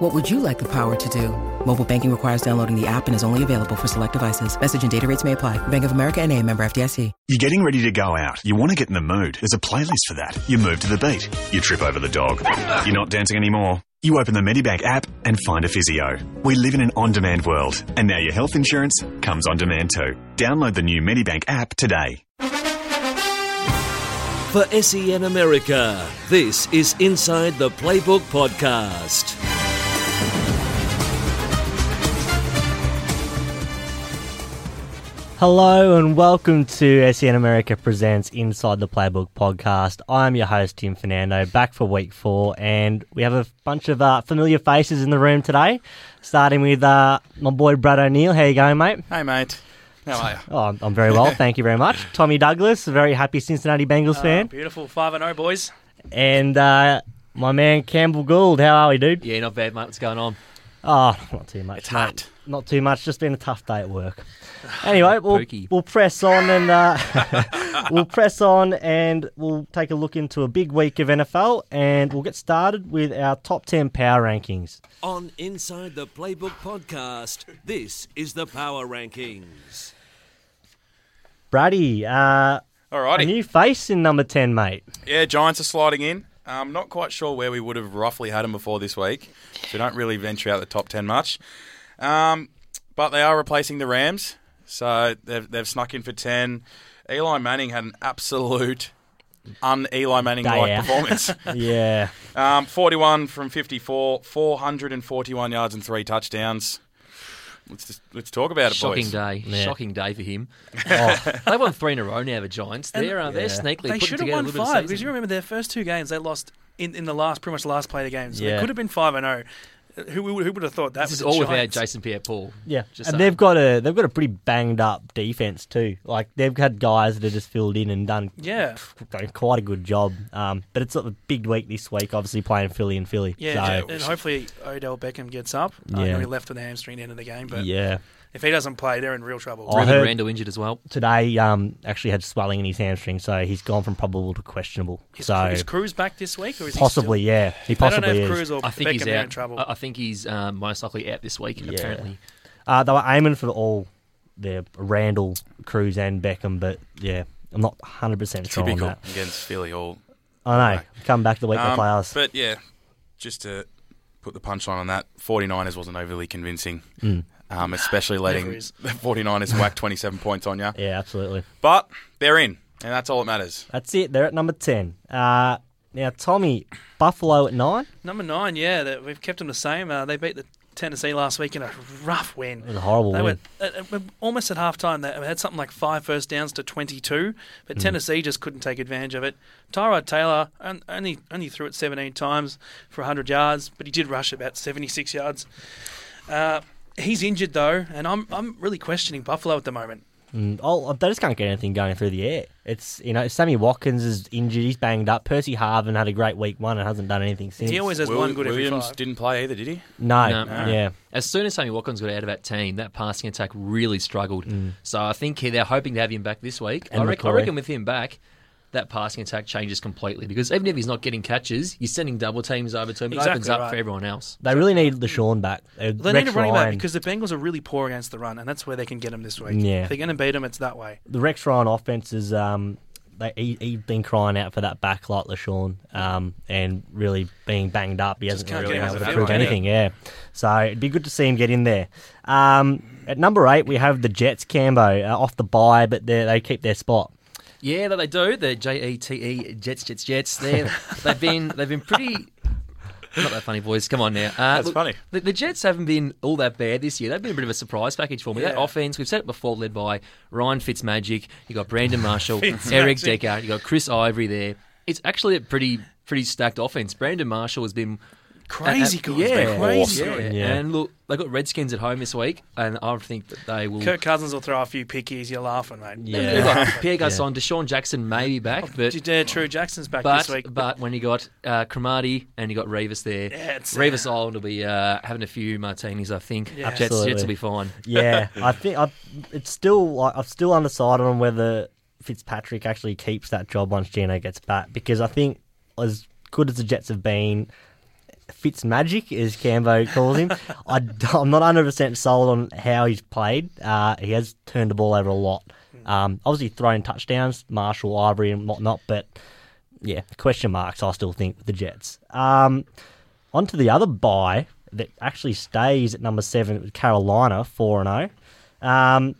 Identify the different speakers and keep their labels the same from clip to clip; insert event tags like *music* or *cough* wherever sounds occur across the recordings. Speaker 1: What would you like the power to do? Mobile banking requires downloading the app and is only available for select devices. Message and data rates may apply. Bank of America and a member FDIC.
Speaker 2: You're getting ready to go out. You want to get in the mood. There's a playlist for that. You move to the beat. You trip over the dog. You're not dancing anymore. You open the Medibank app and find a physio. We live in an on demand world, and now your health insurance comes on demand too. Download the new Medibank app today.
Speaker 3: For SEN America, this is Inside the Playbook Podcast.
Speaker 4: Hello and welcome to SEN America Presents Inside the Playbook podcast. I'm your host, Tim Fernando, back for week four, and we have a bunch of uh, familiar faces in the room today, starting with uh, my boy Brad O'Neill. How you going, mate?
Speaker 5: Hey, mate. How are you?
Speaker 4: Oh, I'm, I'm very well, thank you very much. Tommy Douglas, a very happy Cincinnati Bengals fan,
Speaker 6: Ah, Beautiful five and zero boys.
Speaker 4: and uh, my man Campbell Gould. How are we, dude?
Speaker 6: Yeah, not bad, mate. What's going on?
Speaker 4: Oh, not too much. It's
Speaker 5: hot.
Speaker 4: Not too much. Just been a tough day at work. *laughs* Anyway, we'll, we'll press on and uh, *laughs* we'll press on and we'll take a look into a big week of NFL and we'll get started with our top ten power rankings.
Speaker 3: On Inside the Playbook Podcast, this is the Power Rankings.
Speaker 4: Brady, uh, a
Speaker 5: Alrighty.
Speaker 4: new face in number ten,
Speaker 7: *laughs*
Speaker 4: mate.
Speaker 5: yeah, Giants are sliding in. I'm not quite sure where we would have roughly had them before this week. So don't really venture out the top 10 much. Um, but they are replacing the Rams. So they've, they've snuck in for 10. Eli Manning had an absolute un Eli Manning
Speaker 4: Day
Speaker 5: like
Speaker 4: out.
Speaker 5: performance.
Speaker 4: Yeah,
Speaker 5: um, 41 from 54, 441 yards and three touchdowns. Let's, just, let's talk about it,
Speaker 6: Shocking
Speaker 5: boys.
Speaker 6: day.
Speaker 4: Yeah.
Speaker 6: Shocking day for him.
Speaker 4: *laughs* oh,
Speaker 6: They won three in a row now. The Giants. They're uh, they're sneakily
Speaker 7: They
Speaker 6: putting
Speaker 7: should have
Speaker 6: together a
Speaker 7: won
Speaker 6: little bit of
Speaker 7: five
Speaker 6: season.
Speaker 7: because you remember their first two games they lost in, in the last pretty much last play of the game. So
Speaker 4: Yeah.
Speaker 7: they could have been five and zero. Who, who would have thought that?
Speaker 6: This
Speaker 7: was
Speaker 6: is
Speaker 7: the
Speaker 6: all without
Speaker 7: Giants?
Speaker 6: Jason Pierre-Paul.
Speaker 4: yeah.
Speaker 6: Just
Speaker 4: and
Speaker 6: saying.
Speaker 4: they've got a they've got a pretty banged up defense too. Like they've had guys that have just filled in and done
Speaker 7: Yeah,
Speaker 4: done quite a good job. Um, but it's sort of a big week this week, obviously playing Philly and Philly.
Speaker 7: yeah.
Speaker 4: So,
Speaker 7: and hopefully Odell Beckham gets up. I
Speaker 4: Yeah.
Speaker 7: know he left with a hamstring at the end of the game, but
Speaker 4: yeah.
Speaker 7: if he doesn't play, they're in real trouble.
Speaker 4: I
Speaker 6: Ruben
Speaker 4: heard-
Speaker 6: Randall injured as well.
Speaker 4: Today, um, actually had swelling in his hamstring, so he's gone from probable to questionable.
Speaker 7: Is,
Speaker 4: so
Speaker 7: is Cruz back this week, or is
Speaker 4: possibly,
Speaker 7: He
Speaker 4: yeah, he
Speaker 7: still, I don't
Speaker 4: possibly
Speaker 7: know if
Speaker 4: is.
Speaker 7: Cruz or
Speaker 6: I think
Speaker 7: Beckham
Speaker 6: he's
Speaker 7: are in
Speaker 6: out.
Speaker 7: trouble.
Speaker 6: I, I think he's um, most likely out this week. Apparently,
Speaker 4: Uh, they were aiming for all the Randall, Cruz, and Beckham, but yeah, I'm not 100 percent sure on
Speaker 5: Typical
Speaker 4: that.
Speaker 5: against Philly Hall.
Speaker 4: I know. Come back the week
Speaker 5: Um,
Speaker 4: they play us.
Speaker 5: But yeah, just to put the punchline on that, 49ers wasn't overly convincing, um, especially letting
Speaker 7: Never
Speaker 5: *laughs* the
Speaker 7: is.
Speaker 5: 49ers whack 27 points on you.
Speaker 4: yeah, absolutely.
Speaker 5: But they're in, and that's all that matters.
Speaker 4: That's it. They're at number 10. Uh, now, Tommy, Buffalo at nine.
Speaker 7: Number nine, yeah, that we've kept them the same. Uh, they beat the Tennessee last week in a rough win. It
Speaker 4: was a horrible
Speaker 7: they
Speaker 4: win.
Speaker 7: Were, uh, uh, almost at halftime, they had something like five first downs to 22, but Tennessee just couldn't take advantage of it. Tyrod Taylor on- only only threw it 17 times for 100 yards, but he did rush about 76 yards. Uh, he's injured though, and I'm I'm really questioning Buffalo at the moment.
Speaker 4: Mm, Oh, they just can't get anything going through the air. It's you know, Sammy Watkins is injured. He's banged up. Percy Harvin had a great week one and hasn't done anything since.
Speaker 7: He always has
Speaker 5: Will-
Speaker 7: one good every
Speaker 5: Williams
Speaker 7: five.
Speaker 5: didn't play either, did he?
Speaker 4: no,
Speaker 6: No.
Speaker 4: yeah.
Speaker 6: as soon as Sammy Watkins got out of that team, that passing attack really struggled. So I think he- they're hoping to have him back this week.
Speaker 4: Mm. And
Speaker 6: I, reckon, I
Speaker 4: McCrory.
Speaker 6: reckon with him back. That passing attack changes completely because even if he's not getting catches, you're sending double teams over to him. It
Speaker 7: Exactly
Speaker 6: opens up
Speaker 7: right.
Speaker 6: for everyone else.
Speaker 4: They really need the Sean back. Uh, They
Speaker 7: They need a running back because the Bengals are really poor against the run, and that's where they can get him this week.
Speaker 4: Yeah.
Speaker 7: If they're going to beat him, it's that way.
Speaker 4: the Rex Ryan offense is um, they he, he's been crying out for that back like LaShawn, um, and really being banged up. He hasn't
Speaker 7: can't
Speaker 4: really
Speaker 7: get
Speaker 4: been
Speaker 7: him
Speaker 4: able
Speaker 7: out
Speaker 4: to
Speaker 7: of the
Speaker 4: prove
Speaker 7: field,
Speaker 4: anything. Yeah, so it'd be good to see him get in there. Um, at number eight, we have the Jets. Cambo uh, off the bye, but they they keep their spot.
Speaker 6: Yeah, that they do. The J E T E Jets Jets Jets. They they've been they've been pretty. Not that funny, boys. Come on now. Uh, That's
Speaker 5: funny.
Speaker 6: The, the Jets haven't been all that bad this year. They've been a bit of a surprise package for me. That
Speaker 7: Yeah.
Speaker 6: offense, we've said it before, led by Ryan Fitzmagic. You got Brandon Marshall, Eric Decker. You got Chris Ivory there. It's actually a pretty pretty stacked offense. Brandon Marshall has been Uh,
Speaker 7: Crazy
Speaker 6: uh,
Speaker 7: good.
Speaker 6: yeah,
Speaker 7: Crazy
Speaker 6: yeah.
Speaker 7: good.
Speaker 4: Yeah.
Speaker 6: And look, they got Redskins at home this week, and I think that they will.
Speaker 7: Kirk Cousins will throw a few pickies. You're laughing, mate.
Speaker 4: Yeah.
Speaker 6: Look, like, Pierre
Speaker 4: Yeah.
Speaker 6: Garcon, Deshaun Jackson maybe back, but
Speaker 7: Yeah, True Jackson's back
Speaker 6: but,
Speaker 7: this week.
Speaker 6: but when you got uh, Cromartie and you got Revis there,
Speaker 7: Yeah, it's-
Speaker 6: Revis Island will be uh, having a few martinis, I think.
Speaker 7: Yeah.
Speaker 6: Jets, Jets
Speaker 4: Absolutely.
Speaker 6: will be fine.
Speaker 4: yeah, I think I, it's still like, I'm still undecided on whether Fitzpatrick actually keeps that job once Gino gets back because I think as good as the Jets have been, Fitz magic as Cambo calls him, I, am not 100 percent sold on how he's played. Uh, he has turned the ball over a lot. Um, obviously throwing touchdowns, Marshall, Ivory, and whatnot, but yeah, question marks. I still think with the Jets. Um, on to the other buy that actually stays at number seven with Carolina, 4 and 0. Um,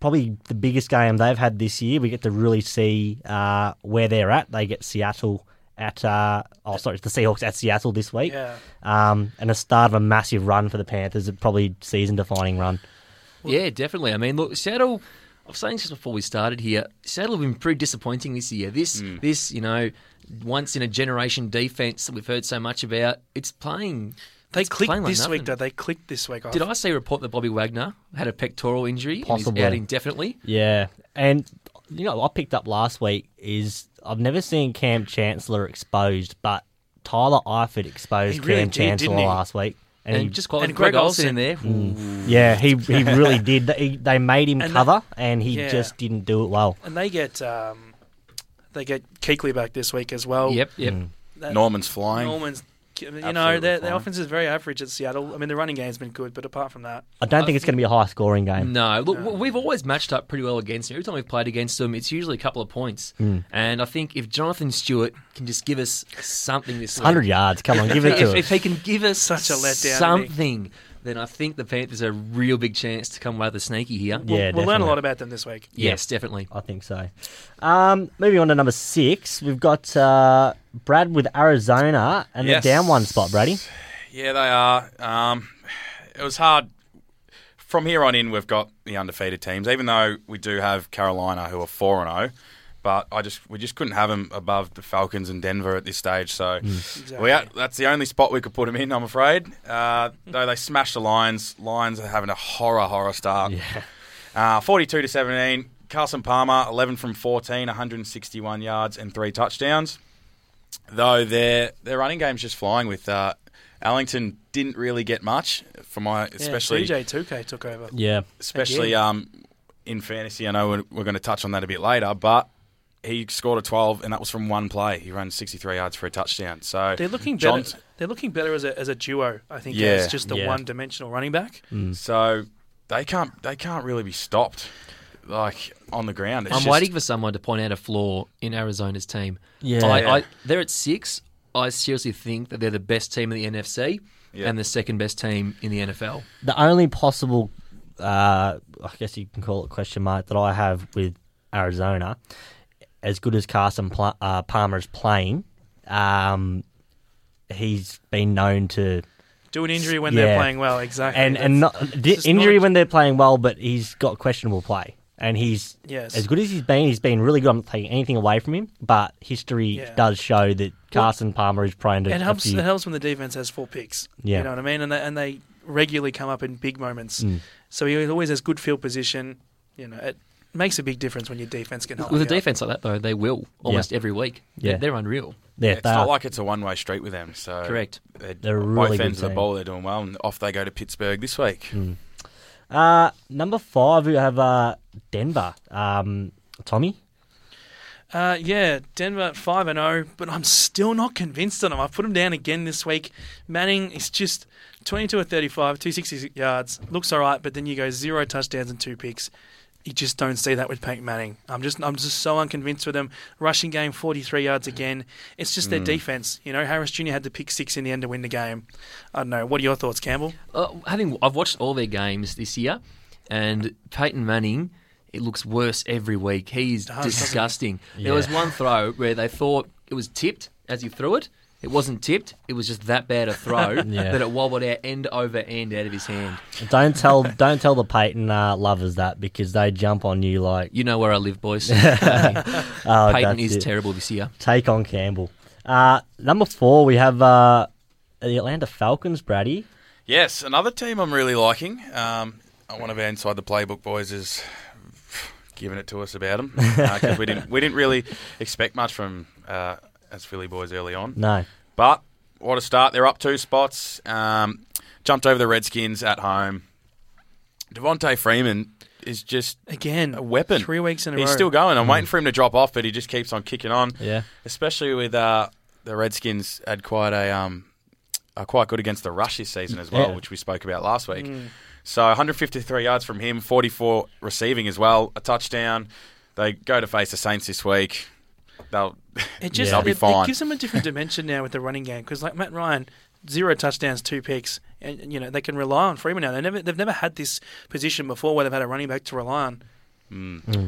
Speaker 4: Probably the biggest game they've had this year. We get to really see uh, where they're at. They get Seattle at, uh, oh, sorry, it's the Seahawks at Seattle this week.
Speaker 7: Yeah.
Speaker 4: Um, and a start of a massive run for the Panthers, a probably season defining run.
Speaker 6: yeah, definitely. I mean, look, Seattle. I was saying this before we started here. Seattle have been pretty disappointing this year. This,
Speaker 7: Mm.
Speaker 6: this, you know, once in a generation defense that we've heard so much about. It's playing.
Speaker 7: they
Speaker 6: it's playing
Speaker 7: clicked
Speaker 6: like
Speaker 7: this week,
Speaker 6: nothing.
Speaker 7: though. They clicked this week.
Speaker 6: Did I see a report that Bobby Wagner had a pectoral injury and
Speaker 4: Possibly.
Speaker 6: is out indefinitely?
Speaker 4: Yeah, and you know, what I picked up last week is I've never seen Cam Chancellor exposed, but Tyler Eifert exposed
Speaker 7: He really
Speaker 4: Cam
Speaker 7: did,
Speaker 4: Chancellor
Speaker 7: didn't he?
Speaker 4: last week,
Speaker 6: And,
Speaker 4: he-
Speaker 6: just quite
Speaker 7: and
Speaker 6: Greg
Speaker 7: Greg
Speaker 6: Olsen in
Speaker 4: *laughs*
Speaker 6: there.
Speaker 4: yeah, he he really did. They, they made him
Speaker 7: And
Speaker 4: cover, and he
Speaker 7: yeah.
Speaker 4: just didn't do it well.
Speaker 7: And they get um, they get Keekley back this week as well.
Speaker 6: Yep, yep.
Speaker 7: That-
Speaker 5: Norman's flying.
Speaker 7: Norman's. You know,
Speaker 5: Absolutely
Speaker 7: their, their
Speaker 5: fine.
Speaker 7: offense is very average at Seattle. I mean, the running game's been good, but apart from that,
Speaker 4: I don't think it's going to be a high scoring game.
Speaker 6: No, look, w we've always matched up pretty well against them. Every time we've played against them, it's usually a couple of points.
Speaker 4: Hmm.
Speaker 6: And I think if Jonathan Stewart can just give us something this week,
Speaker 4: Hundred yards, come on,
Speaker 7: *laughs*
Speaker 4: give it
Speaker 6: if,
Speaker 4: to
Speaker 6: if
Speaker 4: us.
Speaker 6: he can give us
Speaker 7: Such a letdown, isn't he?
Speaker 6: something, then I think the Panthers are a real big chance to come away with a sneaky here.
Speaker 7: we'll,
Speaker 4: Yeah,
Speaker 7: we'll learn a
Speaker 4: definitely.
Speaker 7: lot about them this week.
Speaker 6: Yes, definitely.
Speaker 4: I think so. Um, moving on to number six, we've got uh, Brad with Arizona and
Speaker 5: Yes.
Speaker 4: the down one spot, Brady.
Speaker 5: Yeah, they are. Um, it was hard. From here on in, we've got the undefeated teams, even though we do have Carolina, who are four and zero. But I just we just couldn't have them above the Falcons and Denver at this stage. So we are, that's the only spot we could put them in. I'm afraid. Uh, though they smashed the Lions. Lions are having a horror horror start. Uh, 42 to 17. Carson Palmer, 11 from 14, 161 yards and three touchdowns though their their running game's just flying with uh, Allington didn't really get much for my
Speaker 7: Yeah,
Speaker 5: especially
Speaker 7: DJ Two K took over.
Speaker 4: Yeah,
Speaker 5: especially um, in fantasy. I know we're, we're going to touch on that a bit later, but he scored a 12 and that was from one play. He ran 63 yards for a touchdown. So
Speaker 7: They're looking better.
Speaker 5: Johns-
Speaker 7: They're looking better as a, as a duo. I think
Speaker 5: Yeah.
Speaker 7: as just the
Speaker 4: Yeah.
Speaker 7: one dimensional running back.
Speaker 5: So they can't they can't really be stopped like on the ground. It's
Speaker 6: I'm
Speaker 5: just-
Speaker 6: waiting for someone to point out a flaw in Arizona's team.
Speaker 4: Yeah.
Speaker 6: I, I, they're at six. I seriously think that they're the best team in the NFC
Speaker 5: Yeah.
Speaker 6: and the second best team in the NFL.
Speaker 4: the only possible, uh, I guess you can call it question mark that I have with Arizona, as good as Carson Pl- uh, Palmer is playing, um, he's been known to
Speaker 7: Do an injury when
Speaker 4: Yeah.
Speaker 7: they're playing well, exactly.
Speaker 4: and and not di-
Speaker 7: just
Speaker 4: injury
Speaker 7: not-
Speaker 4: when they're playing well, but he's got questionable play. And he's
Speaker 7: Yes.
Speaker 4: as good as he's been. He's been really good. I'm not taking anything away from him, but history
Speaker 7: Yeah.
Speaker 4: does show that Carson Palmer is prone to.
Speaker 7: it
Speaker 4: a
Speaker 7: helps.
Speaker 4: few-
Speaker 7: It helps when the defense has four picks.
Speaker 4: Yeah.
Speaker 7: you know what I mean. And they, and they regularly come up in big moments. So he always has good field position. You know, it makes a big difference when your defense can help.
Speaker 6: With a
Speaker 7: you out.
Speaker 6: defense like that, though, they will almost every week.
Speaker 4: Yeah.
Speaker 6: They're, they're unreal.
Speaker 4: yeah,
Speaker 5: It's
Speaker 4: they
Speaker 5: not
Speaker 4: are.
Speaker 5: like it's a one way street with them. So
Speaker 6: Correct.
Speaker 5: They're,
Speaker 4: They're a really
Speaker 5: both
Speaker 4: good
Speaker 5: ends
Speaker 4: team.
Speaker 5: of the ball. They're doing well, and off they go to Pittsburgh this week.
Speaker 4: Uh, number five, we have uh, Denver. Um, Tommy.
Speaker 7: Uh, yeah, Denver five and zero, but I'm still not convinced on them. I've put them down again this week. Manning is just 22 or 35, 260 yards, looks all right, but then you go zero touchdowns and two picks. You just don't see that with Peyton Manning. I'm just I'm just so unconvinced with them. Rushing game 43 yards again. It's just their
Speaker 5: Hmm.
Speaker 7: defense. You know, Harris Jr. had to pick six in the end to win the game. I don't know. What are your thoughts, Campbell?
Speaker 6: Uh, having I've watched all their games this year, and Peyton Manning, it looks worse every week. He's disgusting. There was one throw where they thought it was tipped as he threw it. It wasn't tipped. It was just that bad a throw that it wobbled out end over end out of his hand.
Speaker 4: Don't tell, don't tell the Peyton uh, lovers that because they jump on you like
Speaker 6: You know where I live, boys. Peyton
Speaker 4: oh, that's
Speaker 6: is
Speaker 4: it.
Speaker 6: terrible this year.
Speaker 4: Take on Campbell. Uh, number four, we have uh, are the Atlanta Falcons, Braddy.
Speaker 5: Yes, another team I'm really liking. Um, one of our inside the playbook boys is giving it to us about them because we didn't we didn't really expect much from uh, as Philly boys early on.
Speaker 4: No.
Speaker 5: But what a start! They're up two spots. Um, jumped over the Redskins at home. Devontae Freeman is just
Speaker 7: Again,
Speaker 5: a weapon.
Speaker 7: Three weeks in a
Speaker 5: He's
Speaker 7: row.
Speaker 5: still going. I'm waiting for him to drop off, but he just keeps on kicking on.
Speaker 4: Hmm. Yeah.
Speaker 5: Especially with uh, the Redskins had quite a um, are quite good against the rush this season as well,
Speaker 4: Yeah.
Speaker 5: which we spoke about last week.
Speaker 7: Hmm.
Speaker 5: So 153 yards from him, 44 receiving as well, a touchdown. They go to face the Saints this week. They'll *laughs*
Speaker 7: It just
Speaker 5: they'll be
Speaker 7: it,
Speaker 5: fine.
Speaker 7: it gives them a different dimension now with the running game because like Matt Ryan, zero touchdowns, two picks, and and, you know they can rely on Freeman now. They never they've never had this position before where they've had a running back to rely on.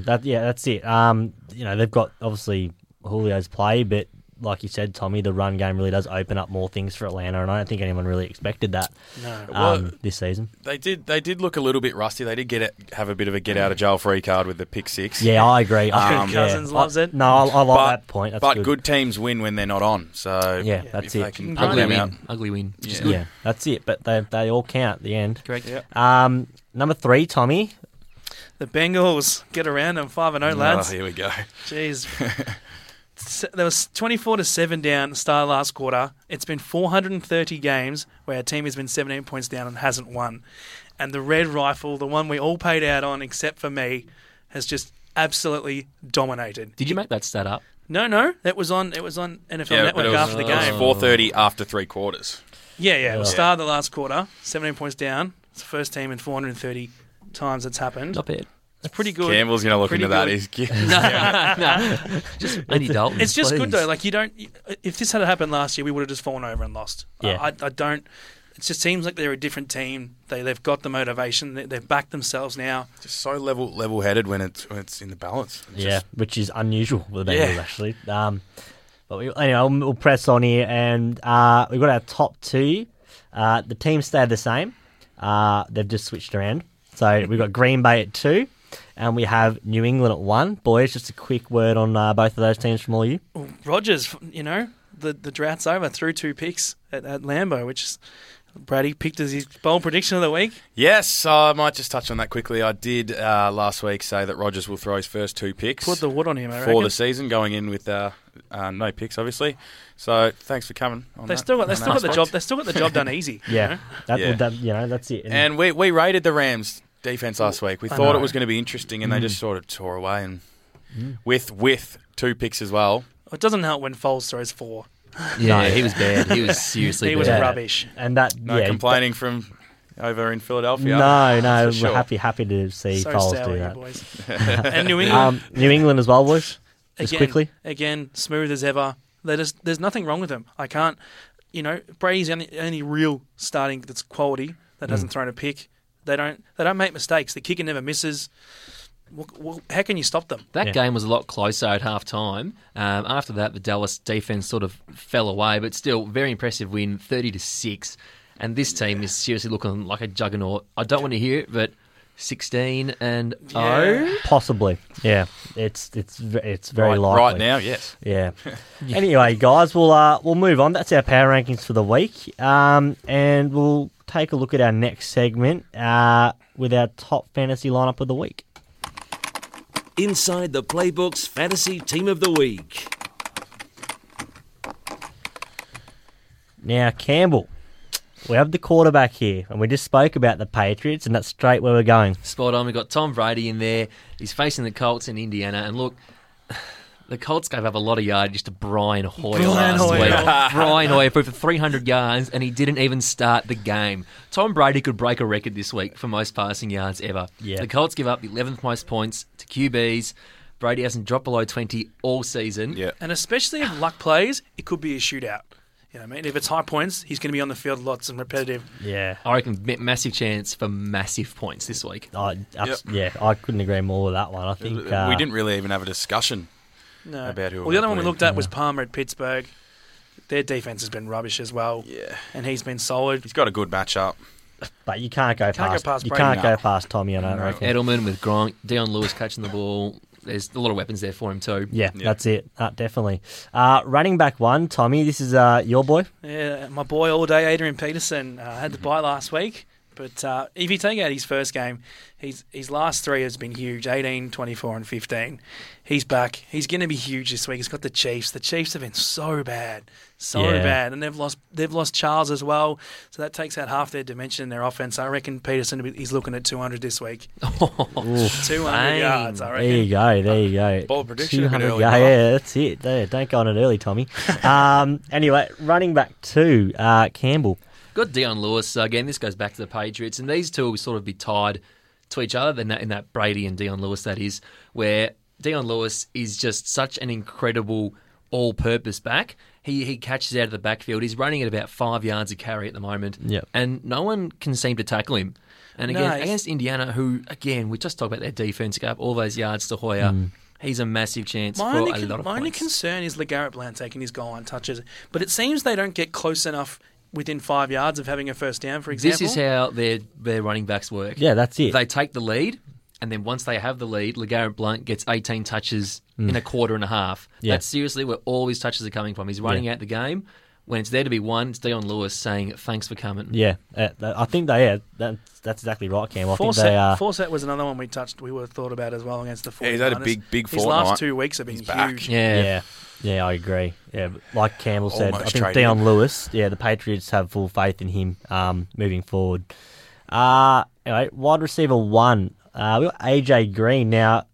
Speaker 4: That yeah, that's it. Um, you know, they've got obviously Julio's play, but like you said, Tommy, the run game really does open up more things for Atlanta, and I don't think anyone really expected that
Speaker 7: No.
Speaker 4: um,
Speaker 5: Well-
Speaker 4: this season.
Speaker 5: they did they did look a little bit rusty. They did get it, have a bit of a get out of jail free card with the pick six.
Speaker 4: Yeah, I agree. I
Speaker 5: Um,
Speaker 4: think
Speaker 7: Cousins
Speaker 4: yeah.
Speaker 7: loves
Speaker 4: I-
Speaker 7: it.
Speaker 4: No, I, I like
Speaker 5: But,
Speaker 4: that point. That's
Speaker 5: but
Speaker 4: good.
Speaker 5: good. teams win when they're not on. So
Speaker 4: Yeah, that's
Speaker 5: if
Speaker 4: it.
Speaker 5: They can
Speaker 7: Grind
Speaker 5: pull
Speaker 6: Ugly
Speaker 5: them
Speaker 6: win.
Speaker 5: out.
Speaker 6: Ugly win. Which is good.
Speaker 4: Yeah, that's it. But they they all count at the end.
Speaker 6: Correct.
Speaker 4: Um, number three, Tommy.
Speaker 7: The Bengals get around them five and zero
Speaker 5: Oh,
Speaker 7: lads.
Speaker 5: here we go. *laughs*
Speaker 7: Jeez. S- There was 24 to 7 down at the start of last quarter. It's been 430 games where our team has been 17 points down and hasn't won. And the Red Rifle, the one we all paid out on except for me, has just absolutely dominated.
Speaker 6: Did you make that stat up?
Speaker 7: No, no, that was on. It was on NFL Network
Speaker 5: it was,
Speaker 7: after the game.
Speaker 5: four thirty after three quarters.
Speaker 7: Yeah, yeah. It was
Speaker 4: Yeah.
Speaker 7: start of the last quarter, 17 points down. It's the first team in 430 times it's happened.
Speaker 6: Not bad.
Speaker 7: It's pretty good.
Speaker 5: Campbell's going to look
Speaker 7: Pretty
Speaker 5: into that.
Speaker 7: good.
Speaker 5: He's
Speaker 7: *laughs*
Speaker 6: Just Andy Dalton.
Speaker 7: It's just good
Speaker 6: please.
Speaker 7: though. Like you don't. If this had happened last year, we would have just fallen over and lost. I-
Speaker 4: Yeah.
Speaker 7: I, I don't. It just seems like they're a different team. They they've got the motivation. They, they've backed themselves now.
Speaker 5: just so level level headed when it's when it's in the balance. It's
Speaker 4: Yeah,
Speaker 5: just-
Speaker 4: which is unusual for the Bengals
Speaker 5: Yeah.
Speaker 4: actually. Um, but we, anyway, we'll, we'll press on here, and uh, we've got our top two. Uh, the teams stayed the same. Uh, they've just switched around. So we've got Green Bay at two, and we have New England at one. Boys, just a quick word on uh, both of those teams from all you.
Speaker 7: Rogers, you know, the the drought's over. Threw two picks at, at Lambeau, which is. Brady picked as his bold prediction of the week.
Speaker 5: Yes, I might just touch on that quickly. I did uh, last week say that Rogers will throw his first two picks
Speaker 7: Put the wood on him. I
Speaker 5: for
Speaker 7: reckon.
Speaker 5: the season, going in with uh, uh, no picks, obviously. So thanks for coming. On
Speaker 7: they
Speaker 5: that-
Speaker 7: still got they
Speaker 5: on
Speaker 7: still
Speaker 5: that
Speaker 7: got the
Speaker 5: aspect.
Speaker 7: job. They still got the
Speaker 5: *laughs*
Speaker 7: job done easy. you
Speaker 4: Yeah,
Speaker 7: know?
Speaker 4: that,
Speaker 5: Yeah.
Speaker 4: That, you know that's it. And,
Speaker 5: And we we rated the Rams defense last week. We
Speaker 7: I
Speaker 5: thought
Speaker 7: know.
Speaker 5: it was going to be interesting, and they just sort of tore away and with with two picks as well.
Speaker 7: It doesn't help when Foles throws four.
Speaker 6: Yeah, he was bad. He was seriously
Speaker 7: He
Speaker 6: bad.
Speaker 7: was
Speaker 4: Yeah.
Speaker 7: rubbish.
Speaker 4: and that
Speaker 5: No
Speaker 4: yeah,
Speaker 5: complaining from over in Philadelphia.
Speaker 4: No, no, we're
Speaker 5: For sure.
Speaker 4: happy happy to see
Speaker 7: so
Speaker 4: Foles
Speaker 7: sour,
Speaker 4: do
Speaker 7: you
Speaker 4: that.
Speaker 7: boys.
Speaker 4: *laughs*
Speaker 7: and New England,
Speaker 4: Um, New England as well, boys. Just
Speaker 7: again,
Speaker 4: quickly.
Speaker 7: again, smooth as ever. They just there's nothing wrong with them. I can't, you know, Brady's the only, only real starting that's quality that
Speaker 4: Mm.
Speaker 7: hasn't thrown a pick. They don't they don't make mistakes. The kicker never misses. Well, well, how can you stop them?
Speaker 6: That
Speaker 4: Yeah.
Speaker 6: game was a lot closer at half time. Um, after that, the Dallas defense sort of fell away, but still very impressive win, thirty to six. And this team is seriously looking like a juggernaut. I don't want to hear it, but sixteen and oh,
Speaker 4: Possibly, yeah. It's it's v- it's very
Speaker 5: right,
Speaker 4: likely
Speaker 5: right now, yes. *laughs*
Speaker 4: Yeah. anyway, guys, we'll uh, we'll move on. That's our power rankings for the week, um, and we'll take a look at our next segment uh, with our top fantasy lineup of the week.
Speaker 3: Inside the Playbook's Fantasy Team of the Week.
Speaker 4: Now, Campbell, we have the quarterback here, and we just spoke about the Patriots, and that's straight where we're going.
Speaker 6: spot on. We got Tom Brady in there. He's facing the Colts in Indiana, and look. *laughs* The Colts gave up a lot of yardage to Brian Hoyer
Speaker 7: Brian
Speaker 6: last
Speaker 7: Hoyer. *laughs*
Speaker 6: week. Brian Hoyer threw for 300 yards, and he didn't even start the game. Tom Brady could break a record this week for most passing yards ever.
Speaker 4: Yeah.
Speaker 6: The Colts give up the 11th most points to QBs. Brady hasn't dropped below 20 all season.
Speaker 5: Yeah.
Speaker 7: And especially if luck plays, it could be a shootout. You know, what I mean, if it's high points, he's going to be on the field lots and repetitive.
Speaker 4: Yeah.
Speaker 6: I reckon ma- massive chance for massive points this week.
Speaker 4: I, abs- Yeah, I couldn't agree more with that one. I think uh,
Speaker 5: we didn't really even have a discussion.
Speaker 7: No.
Speaker 5: about who
Speaker 7: well, the other
Speaker 5: we're
Speaker 7: one we
Speaker 5: playing.
Speaker 7: looked at was Palmer at Pittsburgh. Their defense has been rubbish as well. Yeah. And he's been solid.
Speaker 5: He's got a good matchup.
Speaker 4: But you can't go
Speaker 7: Can't go
Speaker 4: past.
Speaker 7: past
Speaker 4: you
Speaker 7: Brady,
Speaker 4: can't
Speaker 5: no.
Speaker 4: go past Tommy. I don't reckon.
Speaker 6: Edelman with Gronk, Dion Lewis catching the ball, there's a lot of weapons there for him too.
Speaker 4: Yeah, that's it. Uh, definitely. Uh, running back one, Tommy. This is uh, your boy.
Speaker 7: Yeah, my boy all day, Adrian Peterson, uh, had the bye last week. But uh, if you take out his first game, his, his last three has been huge 18, 24, and 15. He's back. He's going to be huge this week. He's got the Chiefs. The Chiefs have been so bad, so
Speaker 4: Yeah.
Speaker 7: bad. And they've lost they've lost Charles as well. So that takes out half their dimension in their offense. I reckon Peterson is looking at 200 this week. 200
Speaker 6: Bang.
Speaker 7: yards, I reckon.
Speaker 4: There you go. There you go.
Speaker 5: Uh, Bold prediction, a bit
Speaker 4: 200
Speaker 5: early,
Speaker 4: yeah,
Speaker 5: Mark.
Speaker 4: yeah, that's it. There, don't go on it early,
Speaker 5: *laughs*
Speaker 4: Tommy. um, anyway, running back two, uh, Campbell.
Speaker 6: Got Dion Lewis so again. This goes back to the Patriots, and these two will sort of be tied to each other in that, in that Brady and Dion Lewis. That is where Dion Lewis is just such an incredible all-purpose back. He he catches out of the backfield. He's running at about five yards a carry at the moment,
Speaker 4: Yep.
Speaker 6: and no one can seem to tackle him. And again,
Speaker 7: Nice.
Speaker 6: against Indiana, who again we just talked about their defense, gave up all those yards to Hoyer. He's a massive chance
Speaker 7: My
Speaker 6: for
Speaker 7: only,
Speaker 6: a
Speaker 7: con-
Speaker 6: lot of
Speaker 7: my only
Speaker 6: points.
Speaker 7: concern is LeGarrette Blount taking his goal line touches, but it seems they don't get close enough within five yards of having a first down, for example.
Speaker 6: This is how their their running backs work.
Speaker 4: Yeah, that's it.
Speaker 6: They take the lead, and then once they have the lead, LeGarrette Blunt gets 18 touches in a quarter and a
Speaker 4: Mm.
Speaker 6: half.
Speaker 4: Yeah.
Speaker 6: That's seriously where all his touches are coming from. He's running out the game. When it's there to be won, it's Dion Lewis saying, thanks for coming.
Speaker 4: Yeah, uh, th- I think they. Yeah, that's, that's exactly right, Campbell. I think
Speaker 7: Forsett,
Speaker 4: they are.
Speaker 7: Forsett was another one we touched. We were thought about as well against the 49ers.
Speaker 5: Yeah, he's had a big- big
Speaker 7: His
Speaker 5: fortnight.
Speaker 7: last two weeks have been
Speaker 5: He's back.
Speaker 7: huge.
Speaker 6: Yeah.
Speaker 4: Yeah. yeah, I agree. Yeah, but like Campbell said,
Speaker 5: Almost
Speaker 4: I think
Speaker 5: traded
Speaker 4: Dion
Speaker 5: him.
Speaker 4: Lewis. Yeah, the Patriots have full faith in him um, moving forward. Uh, anyway, wide receiver one. Uh, we got AJ Green now.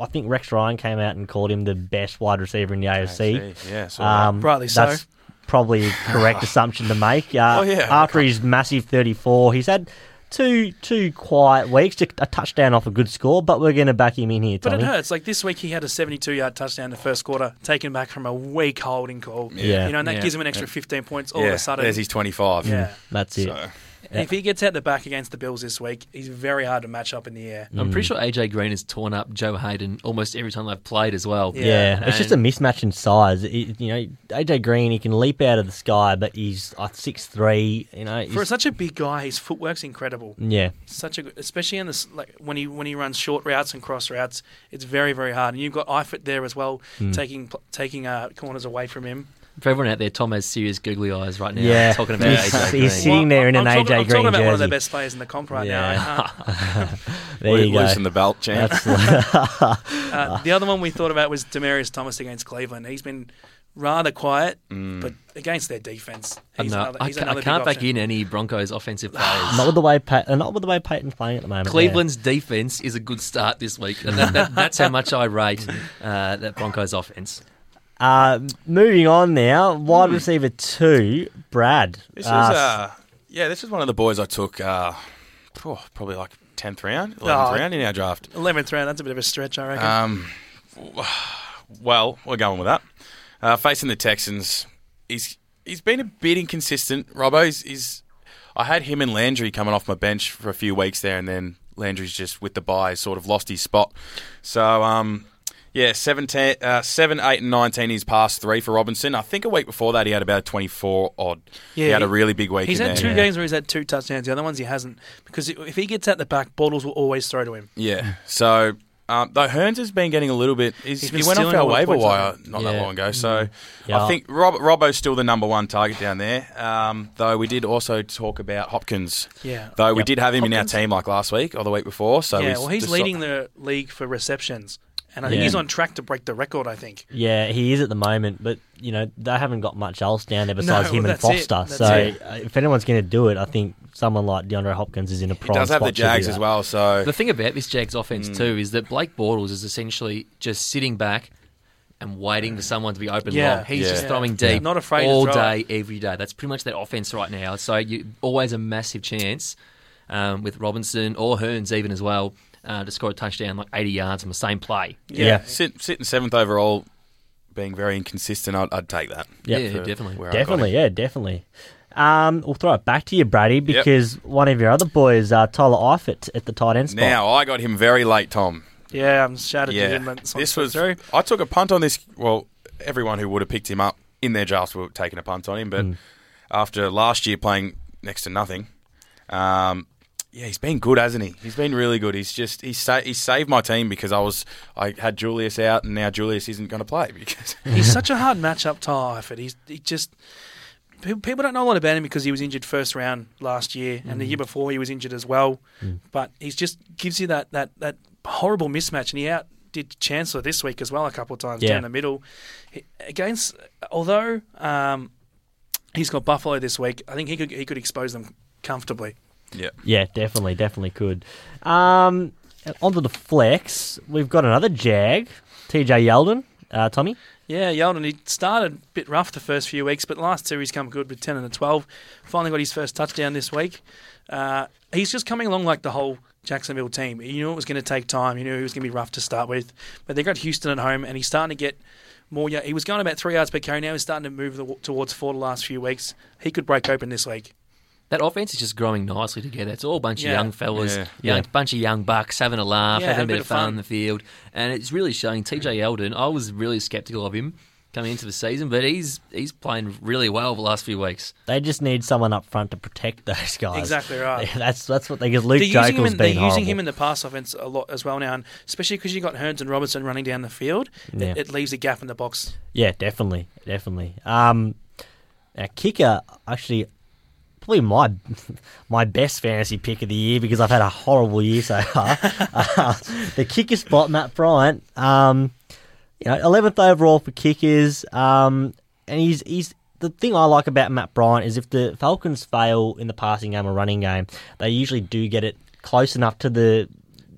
Speaker 4: I think Rex Ryan came out and called him the best wide receiver in the AFC.
Speaker 5: Yeah, so
Speaker 4: Um,
Speaker 7: Rightly so.
Speaker 4: That's probably a
Speaker 5: *laughs*
Speaker 4: correct assumption to make. Uh,
Speaker 5: Oh, yeah.
Speaker 4: After his massive 34, he's had two two quiet weeks, just a touchdown off a good score, but we're going to back him in here,
Speaker 7: But
Speaker 4: Tommy.
Speaker 7: it hurts. Like this week, he had a 72 yard touchdown in the first quarter, taken back from a weak holding call.
Speaker 4: Yeah.
Speaker 7: You know, and that
Speaker 6: Yeah.
Speaker 7: gives him an extra 15 points all
Speaker 5: yeah,
Speaker 7: of a sudden.
Speaker 5: there's his 25.
Speaker 7: yeah.
Speaker 4: That's it.
Speaker 5: So,
Speaker 7: And if he gets out the back against the Bills this week, he's very hard to match up in the air.
Speaker 6: I'm
Speaker 4: Mm.
Speaker 6: pretty sure AJ Green has torn up Joe Hayden almost every time they've played as well.
Speaker 7: Yeah.
Speaker 4: Yeah, it's just a
Speaker 6: And-
Speaker 4: mismatch in size. It- you know, AJ Green, he can leap out of the sky, but he's like six three. You know,
Speaker 7: For
Speaker 4: he's-
Speaker 7: such a big guy, his footwork's incredible.
Speaker 4: yeah,
Speaker 7: such a good, especially in this like when he when he runs short routes and cross routes, it's very very hard. And you've got Eifert there as well,
Speaker 4: Hmm.
Speaker 7: taking pl- taking uh, corners away from him.
Speaker 6: For everyone out there, Tom has serious googly eyes right now
Speaker 4: Yeah.
Speaker 6: talking
Speaker 4: *laughs*
Speaker 6: about
Speaker 4: He's-
Speaker 6: AJ Green.
Speaker 4: he's sitting there in
Speaker 7: I'm
Speaker 4: an
Speaker 7: talking,
Speaker 4: AJ
Speaker 7: I'm
Speaker 4: Green
Speaker 7: talking about one of the
Speaker 4: jersey.
Speaker 7: best players in the comp right
Speaker 4: Yeah.
Speaker 7: now. Uh,
Speaker 4: there
Speaker 5: loo-
Speaker 4: you go.
Speaker 5: loosen the belt, champ.
Speaker 4: That's *laughs*
Speaker 7: uh, the other one we thought about was Demarius Thomas against Cleveland. He's been rather quiet,
Speaker 5: Hmm.
Speaker 7: but against their defense,
Speaker 6: I,
Speaker 7: he's
Speaker 6: know.
Speaker 7: another,
Speaker 6: I
Speaker 7: he's
Speaker 6: ca- I
Speaker 7: another big
Speaker 6: can't back
Speaker 7: option.
Speaker 6: in any
Speaker 4: *sighs*
Speaker 6: Broncos offensive players.
Speaker 4: not with the way Pat, uh, not with the way Peyton's playing at the moment. yeah.
Speaker 6: Cleveland's defense is a good start this week. And that, that, that's how much I
Speaker 7: *laughs*
Speaker 6: rate
Speaker 7: Mm-hmm.
Speaker 6: uh, that Broncos offense.
Speaker 4: Uh, moving on now, wide receiver two, Brad.
Speaker 5: This
Speaker 4: Uh,
Speaker 5: is uh, yeah, this is one of the boys I took uh, phew, probably like tenth round, eleventh
Speaker 7: Oh.
Speaker 5: round in our draft.
Speaker 7: 11th round, that's a bit of a stretch, I reckon.
Speaker 5: Um, well, we're going with that. Uh, facing the Texans, he's he's been a bit inconsistent. Robbo, he's, he's I had him and Landry coming off my bench for a few weeks there, and then Landry's just with the buy, sort of lost his spot. So, um, yeah, 17, uh, 7, 8, and 19 is past three for Robinson. I think a week before that, he had about 24 odd. he
Speaker 7: Yeah,
Speaker 5: had a
Speaker 7: he-
Speaker 5: really big week
Speaker 7: He's
Speaker 5: in
Speaker 7: had two
Speaker 5: there.
Speaker 7: games where he's had two touchdowns. The other ones he hasn't because if he gets out the back, bottles will always throw to him.
Speaker 5: Yeah. So, um, though Hearns has been getting a little bit. He's,
Speaker 7: He's
Speaker 5: he
Speaker 7: been
Speaker 5: went off
Speaker 7: stealing
Speaker 5: our
Speaker 7: all the
Speaker 5: waiver
Speaker 7: points,
Speaker 5: wire
Speaker 7: hasn't
Speaker 5: not
Speaker 6: Yeah.
Speaker 5: that long ago. So,
Speaker 7: Mm-hmm.
Speaker 4: Yeah.
Speaker 5: I think Rob, Robbo's still the number one target down there. Um, though we did also talk about Hopkins.
Speaker 7: Yeah.
Speaker 5: Though we
Speaker 4: Yep.
Speaker 5: did have him
Speaker 7: Hopkins-
Speaker 5: in our team like last week or the week before. So
Speaker 7: yeah,
Speaker 5: we
Speaker 7: well, he's
Speaker 5: just-
Speaker 7: leading the league for receptions, and I think
Speaker 4: Yeah.
Speaker 7: he's on track to break the record. I think.
Speaker 4: Yeah, he is at the moment, but you know they haven't got much else down there besides
Speaker 7: No,
Speaker 4: him and
Speaker 7: that's it,
Speaker 4: Foster.
Speaker 7: that's
Speaker 4: So
Speaker 7: it.
Speaker 4: uh, if anyone's going to do it, I think someone like DeAndre Hopkins is in a
Speaker 5: He
Speaker 4: prime.
Speaker 5: does have
Speaker 4: spot
Speaker 5: the
Speaker 4: to do
Speaker 5: Jags
Speaker 4: that.
Speaker 5: as well. So
Speaker 6: The thing about this Jags offense,
Speaker 7: Mm.
Speaker 6: too, is that Blake Bortles is essentially just sitting back and waiting for someone to be open
Speaker 7: Yeah.
Speaker 6: long. He's
Speaker 5: Yeah.
Speaker 6: just throwing
Speaker 7: Yeah.
Speaker 6: deep
Speaker 7: Not afraid to
Speaker 6: all
Speaker 7: throw
Speaker 6: day, every day. That's pretty much their offense right now. So you always a massive chance um, with Robinson or Hearns even as well uh, to score a touchdown like 80 yards on the same play.
Speaker 4: Yeah,
Speaker 5: sit, sitting seventh overall, being very inconsistent, I'd, I'd take that.
Speaker 4: Yeah,
Speaker 6: yeah
Speaker 5: for
Speaker 6: definitely.
Speaker 7: Oh,
Speaker 5: where I got him.
Speaker 4: definitely. Yeah, definitely. Um, we'll throw it back to you, Brady, because one of your other boys, uh, Tyler Eifert, at the tight end spot.
Speaker 5: Now I got him very late, Tom.
Speaker 7: Yeah, I'm shouted to
Speaker 5: Yeah,
Speaker 7: him. That's
Speaker 5: this
Speaker 7: on-
Speaker 5: was.
Speaker 7: sorry.
Speaker 5: I took a punt on this. Well, everyone who would have picked him up in their drafts were taking a punt on him, but after last year playing next to nothing, um, Yeah, he's been good, hasn't he? He's been really good. He's just he sa- he saved my team because I was I had Julius out, and now Julius isn't going to play *laughs* because
Speaker 7: He's such a hard matchup, Tyford. He's he just pe- people don't know a lot about him because he was injured first round last year, and the year before he was injured as well. But he's just gives you that that that horrible mismatch, and he outdid Chancellor this week as well a couple of times
Speaker 4: Yeah.
Speaker 7: down the middle He- against. Although um, he's got Buffalo this week, I think he could he could expose them comfortably.
Speaker 5: yeah,
Speaker 4: Yeah, definitely, definitely could. Um, onto the flex. We've got another jag, TJ Yeldon. Uh, Tommy,
Speaker 7: Yeah, Yeldon, he started a bit rough the first few weeks, but last two he's come good with 10 and a 12. Finally got his first touchdown this week. Uh, he's just coming along like the whole Jacksonville team. You knew it was going to take time. You knew he was going to be rough to start with. But they got Houston at home, and he's starting to get more. yeah, He was going about three yards per carry. Now he's starting to move the, towards four the last few weeks. He could break open this week.
Speaker 6: That offense is just growing nicely together. It's all a bunch
Speaker 7: Yeah.
Speaker 6: of young fellas,
Speaker 5: Yeah.
Speaker 6: young bunch of young bucks having a laugh,
Speaker 7: Yeah,
Speaker 6: having a bit, of fun, in the field, and it's really showing. TJ Eldon, I was really skeptical of him coming into the season, but he's he's playing really well the last few weeks.
Speaker 4: they just need someone up front to protect *laughs* those guys.
Speaker 7: Exactly right.
Speaker 4: Yeah, *laughs* that's that's what they. Because Luke
Speaker 7: they're using, him
Speaker 4: Jokel's
Speaker 7: in, they're
Speaker 4: been horrible.
Speaker 7: using him in the pass offense a lot as well now, and especially because you've got Hearns and Robertson running down the field. it-
Speaker 4: Yeah.
Speaker 7: It, leaves a gap in the box.
Speaker 4: Yeah, definitely, definitely. Um, now kicker actually probably my *laughs* my best fantasy pick of the year because I've had a horrible year so far. *laughs* Uh, the kicker spot, Matt Bryant. Um, you know, eleventh overall for kickers. Um, and he's he's the thing I like about Matt Bryant is if the Falcons fail in the passing game or running game, they usually do get it close enough to the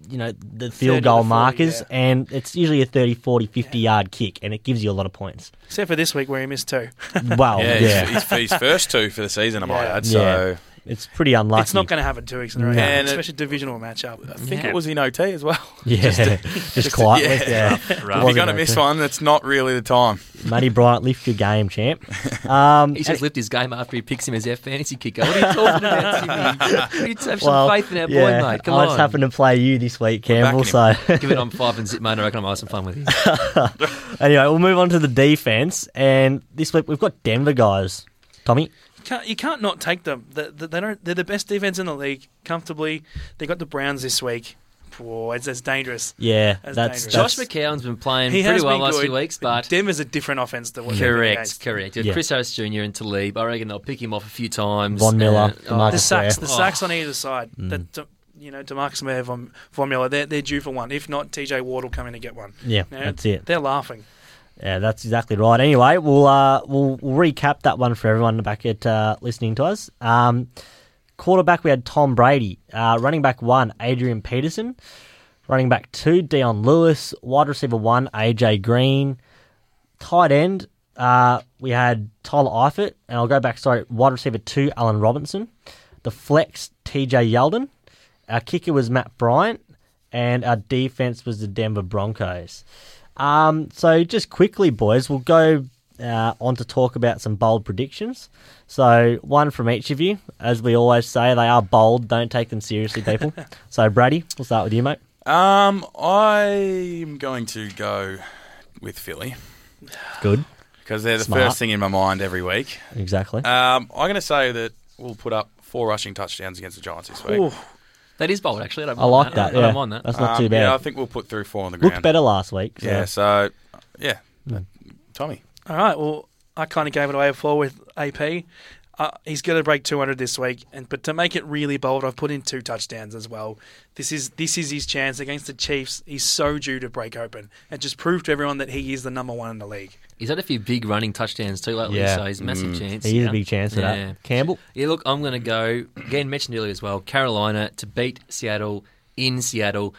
Speaker 4: you know the
Speaker 7: to
Speaker 4: field
Speaker 7: the
Speaker 4: goal
Speaker 7: 40,
Speaker 4: markers
Speaker 7: yeah.
Speaker 4: and it's usually a 30 40 50 yard kick and it gives you a lot of points
Speaker 7: Except for this week where he missed two.
Speaker 4: Wow,
Speaker 5: yeah,
Speaker 4: Oh, yeah,
Speaker 5: He's, he's, he's first two for the season, I might
Speaker 7: Yeah.
Speaker 5: add.
Speaker 4: Yeah.
Speaker 5: So
Speaker 4: it's pretty unlucky.
Speaker 7: It's not *laughs* going to happen two weeks in a row,
Speaker 4: No.
Speaker 5: And it-
Speaker 7: especially divisional matchup.
Speaker 5: I think it was in OT as *laughs* well.
Speaker 4: yeah, *laughs* just, quietly.
Speaker 5: yeah.
Speaker 4: *laughs* Yeah,
Speaker 5: If you're going to miss
Speaker 4: one.
Speaker 5: one, that's not really the time.
Speaker 4: Matty Bryant, lift your game, champ. Um,
Speaker 6: He says lift his game after he picks him as our fantasy kicker. What are you talking about,
Speaker 7: *laughs*
Speaker 6: Timmy? We need to have some faith in our
Speaker 4: yeah,
Speaker 6: boy, mate. Come
Speaker 4: I
Speaker 6: on.
Speaker 4: just happened to play you this week, Campbell. So
Speaker 5: backing
Speaker 4: *laughs*
Speaker 6: Give it on five and zip, mate. I reckon I'm having some fun with you.
Speaker 4: anyway, we'll move on to the defense, and this week we've got Denver guys. Tommy,
Speaker 7: Can't, you can't not take them. They, they, they don't, they're the best defense in the league, comfortably. They got the Browns this week. Whoa, it's, it's dangerous.
Speaker 4: yeah,
Speaker 7: That's
Speaker 4: that's, *laughs* that's
Speaker 7: dangerous.
Speaker 6: Josh McCown's been playing
Speaker 7: He
Speaker 6: pretty
Speaker 7: has
Speaker 6: well
Speaker 7: been
Speaker 6: last
Speaker 7: good,
Speaker 6: few weeks, but
Speaker 7: Denver's a different offense than what they've been
Speaker 6: correct,
Speaker 7: against.
Speaker 6: correct. With
Speaker 4: Yeah.
Speaker 6: Chris Harris Jr. and Talib, I reckon they'll pick him off a few times.
Speaker 4: Von Miller,
Speaker 6: And-
Speaker 4: DeMarcus
Speaker 7: The sacks,
Speaker 4: Ware.
Speaker 7: the sacks on either side.
Speaker 6: Mm.
Speaker 7: That That you know, Demarcus Mayer, Von, Von Miller, they're, they're due for one. If not, TJ Ward will come in and get one.
Speaker 4: Yeah,
Speaker 7: You
Speaker 4: that's it.
Speaker 7: They're laughing.
Speaker 4: Yeah, that's exactly right. Anyway, we'll uh, we'll, we'll recap that one for everyone back at uh, listening to us. Um, quarterback, we had Tom Brady. Uh, running back one, Adrian Peterson. Running back two, Dion Lewis. Wide receiver one, AJ Green. Tight end, uh, we had Tyler Eifert, and I'll go back. Sorry, wide receiver two, Alan Robinson. The flex, TJ Yeldon. Our kicker was Matt Bryant, and our defense was the Denver Broncos. Um, so just quickly, boys, we'll go uh, on to talk about some bold predictions. So one from each of you, as we always say, they are bold. Don't take them seriously,
Speaker 5: *laughs*
Speaker 4: people. so Brady, we'll start with you, mate.
Speaker 5: Um, I'm going to go with Philly
Speaker 4: Good,
Speaker 5: because they're the
Speaker 4: Smart.
Speaker 5: first thing in my mind every week.
Speaker 4: exactly.
Speaker 5: Um, I'm going to say that we'll put up four rushing touchdowns against the Giants this week.
Speaker 7: Ooh,
Speaker 6: That is bold, actually. I, don't
Speaker 4: I
Speaker 6: mind
Speaker 4: like that.
Speaker 6: I
Speaker 4: Yeah,
Speaker 6: don't mind that.
Speaker 4: that's not
Speaker 5: Um,
Speaker 4: too bad.
Speaker 5: Yeah, I think we'll put through four on the ground.
Speaker 4: Looked better Hmm. last week. So.
Speaker 5: Yeah, so, yeah. Tommy.
Speaker 7: All right. Well, I kind of gave it away before with AP. Uh, he's going to break 200 this week, and but to make it really bold, I've put in two touchdowns as well. This is this is his chance against the Chiefs. He's so due to break open and just prove to everyone that he is the number one in the league.
Speaker 6: He's had a few big running touchdowns too lately,
Speaker 4: Yeah.
Speaker 6: so he's a massive chance.
Speaker 4: He is
Speaker 6: yeah.
Speaker 4: a big chance for
Speaker 6: Yeah.
Speaker 4: that. Campbell,
Speaker 6: Yeah, look, I'm going to go again. Mentioned earlier as well, Carolina to beat Seattle in Seattle.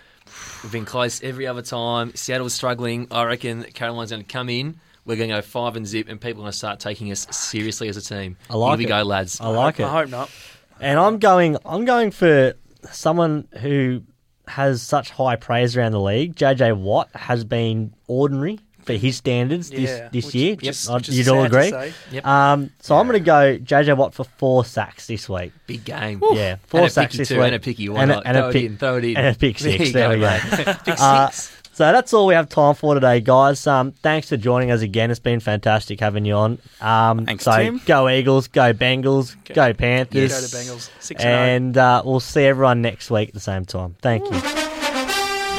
Speaker 6: We've been close every other time. Seattle's struggling. I reckon Carolina's going to come in. We're going to go five and zip, and people are going to start taking us seriously as a team.
Speaker 4: I like
Speaker 6: Here we
Speaker 4: it.
Speaker 6: go, lads.
Speaker 4: I like it.
Speaker 7: I hope not.
Speaker 4: And I'm going. I'm going for someone who has such high praise around the league. JJ Watt has been ordinary for his standards
Speaker 7: Yeah,
Speaker 4: this this
Speaker 7: which-
Speaker 4: year.
Speaker 7: which is-
Speaker 4: I-
Speaker 7: which is
Speaker 4: you'd all
Speaker 7: sad to
Speaker 4: agree.
Speaker 7: say.
Speaker 6: Yep.
Speaker 4: Um, so I'm going to go JJ Watt for four sacks this week.
Speaker 6: Big game.
Speaker 4: *laughs* Yeah, four
Speaker 6: Four and a
Speaker 4: sacks
Speaker 6: picky
Speaker 4: this
Speaker 6: too,
Speaker 4: week
Speaker 6: and a picky. Why
Speaker 4: and a,
Speaker 6: not?
Speaker 4: and
Speaker 6: throw
Speaker 4: a pick
Speaker 6: it in. Throw it in.
Speaker 4: and a pick six. There, we go.
Speaker 6: mate. *laughs* pick
Speaker 4: Uh,
Speaker 6: six.
Speaker 4: So that's all we have time for today, guys. Um, thanks for joining us again. It's been fantastic having you on. Um,
Speaker 5: Thanks,
Speaker 4: so
Speaker 5: Tim.
Speaker 4: go Eagles, go Bengals, go Panthers,
Speaker 7: Go to Bengals. Six and, oh.
Speaker 4: and uh, we'll see everyone next week at the same time. Thank you.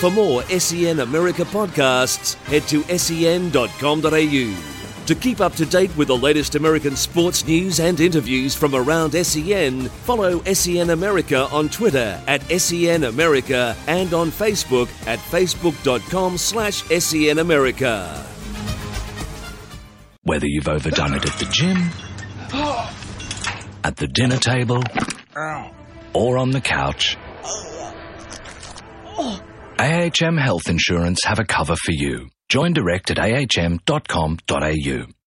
Speaker 3: For more SEN America podcasts, head to E sen.com.au. To keep up to date with the latest American sports news and interviews from around SEN, follow SEN America on Twitter at SEN America and on Facebook at facebook.com slash SEN America.
Speaker 8: Whether you've overdone it at the gym, at the dinner table, or on the couch, AHM Health Insurance have a cover for you. Join direct at ahm.com.au.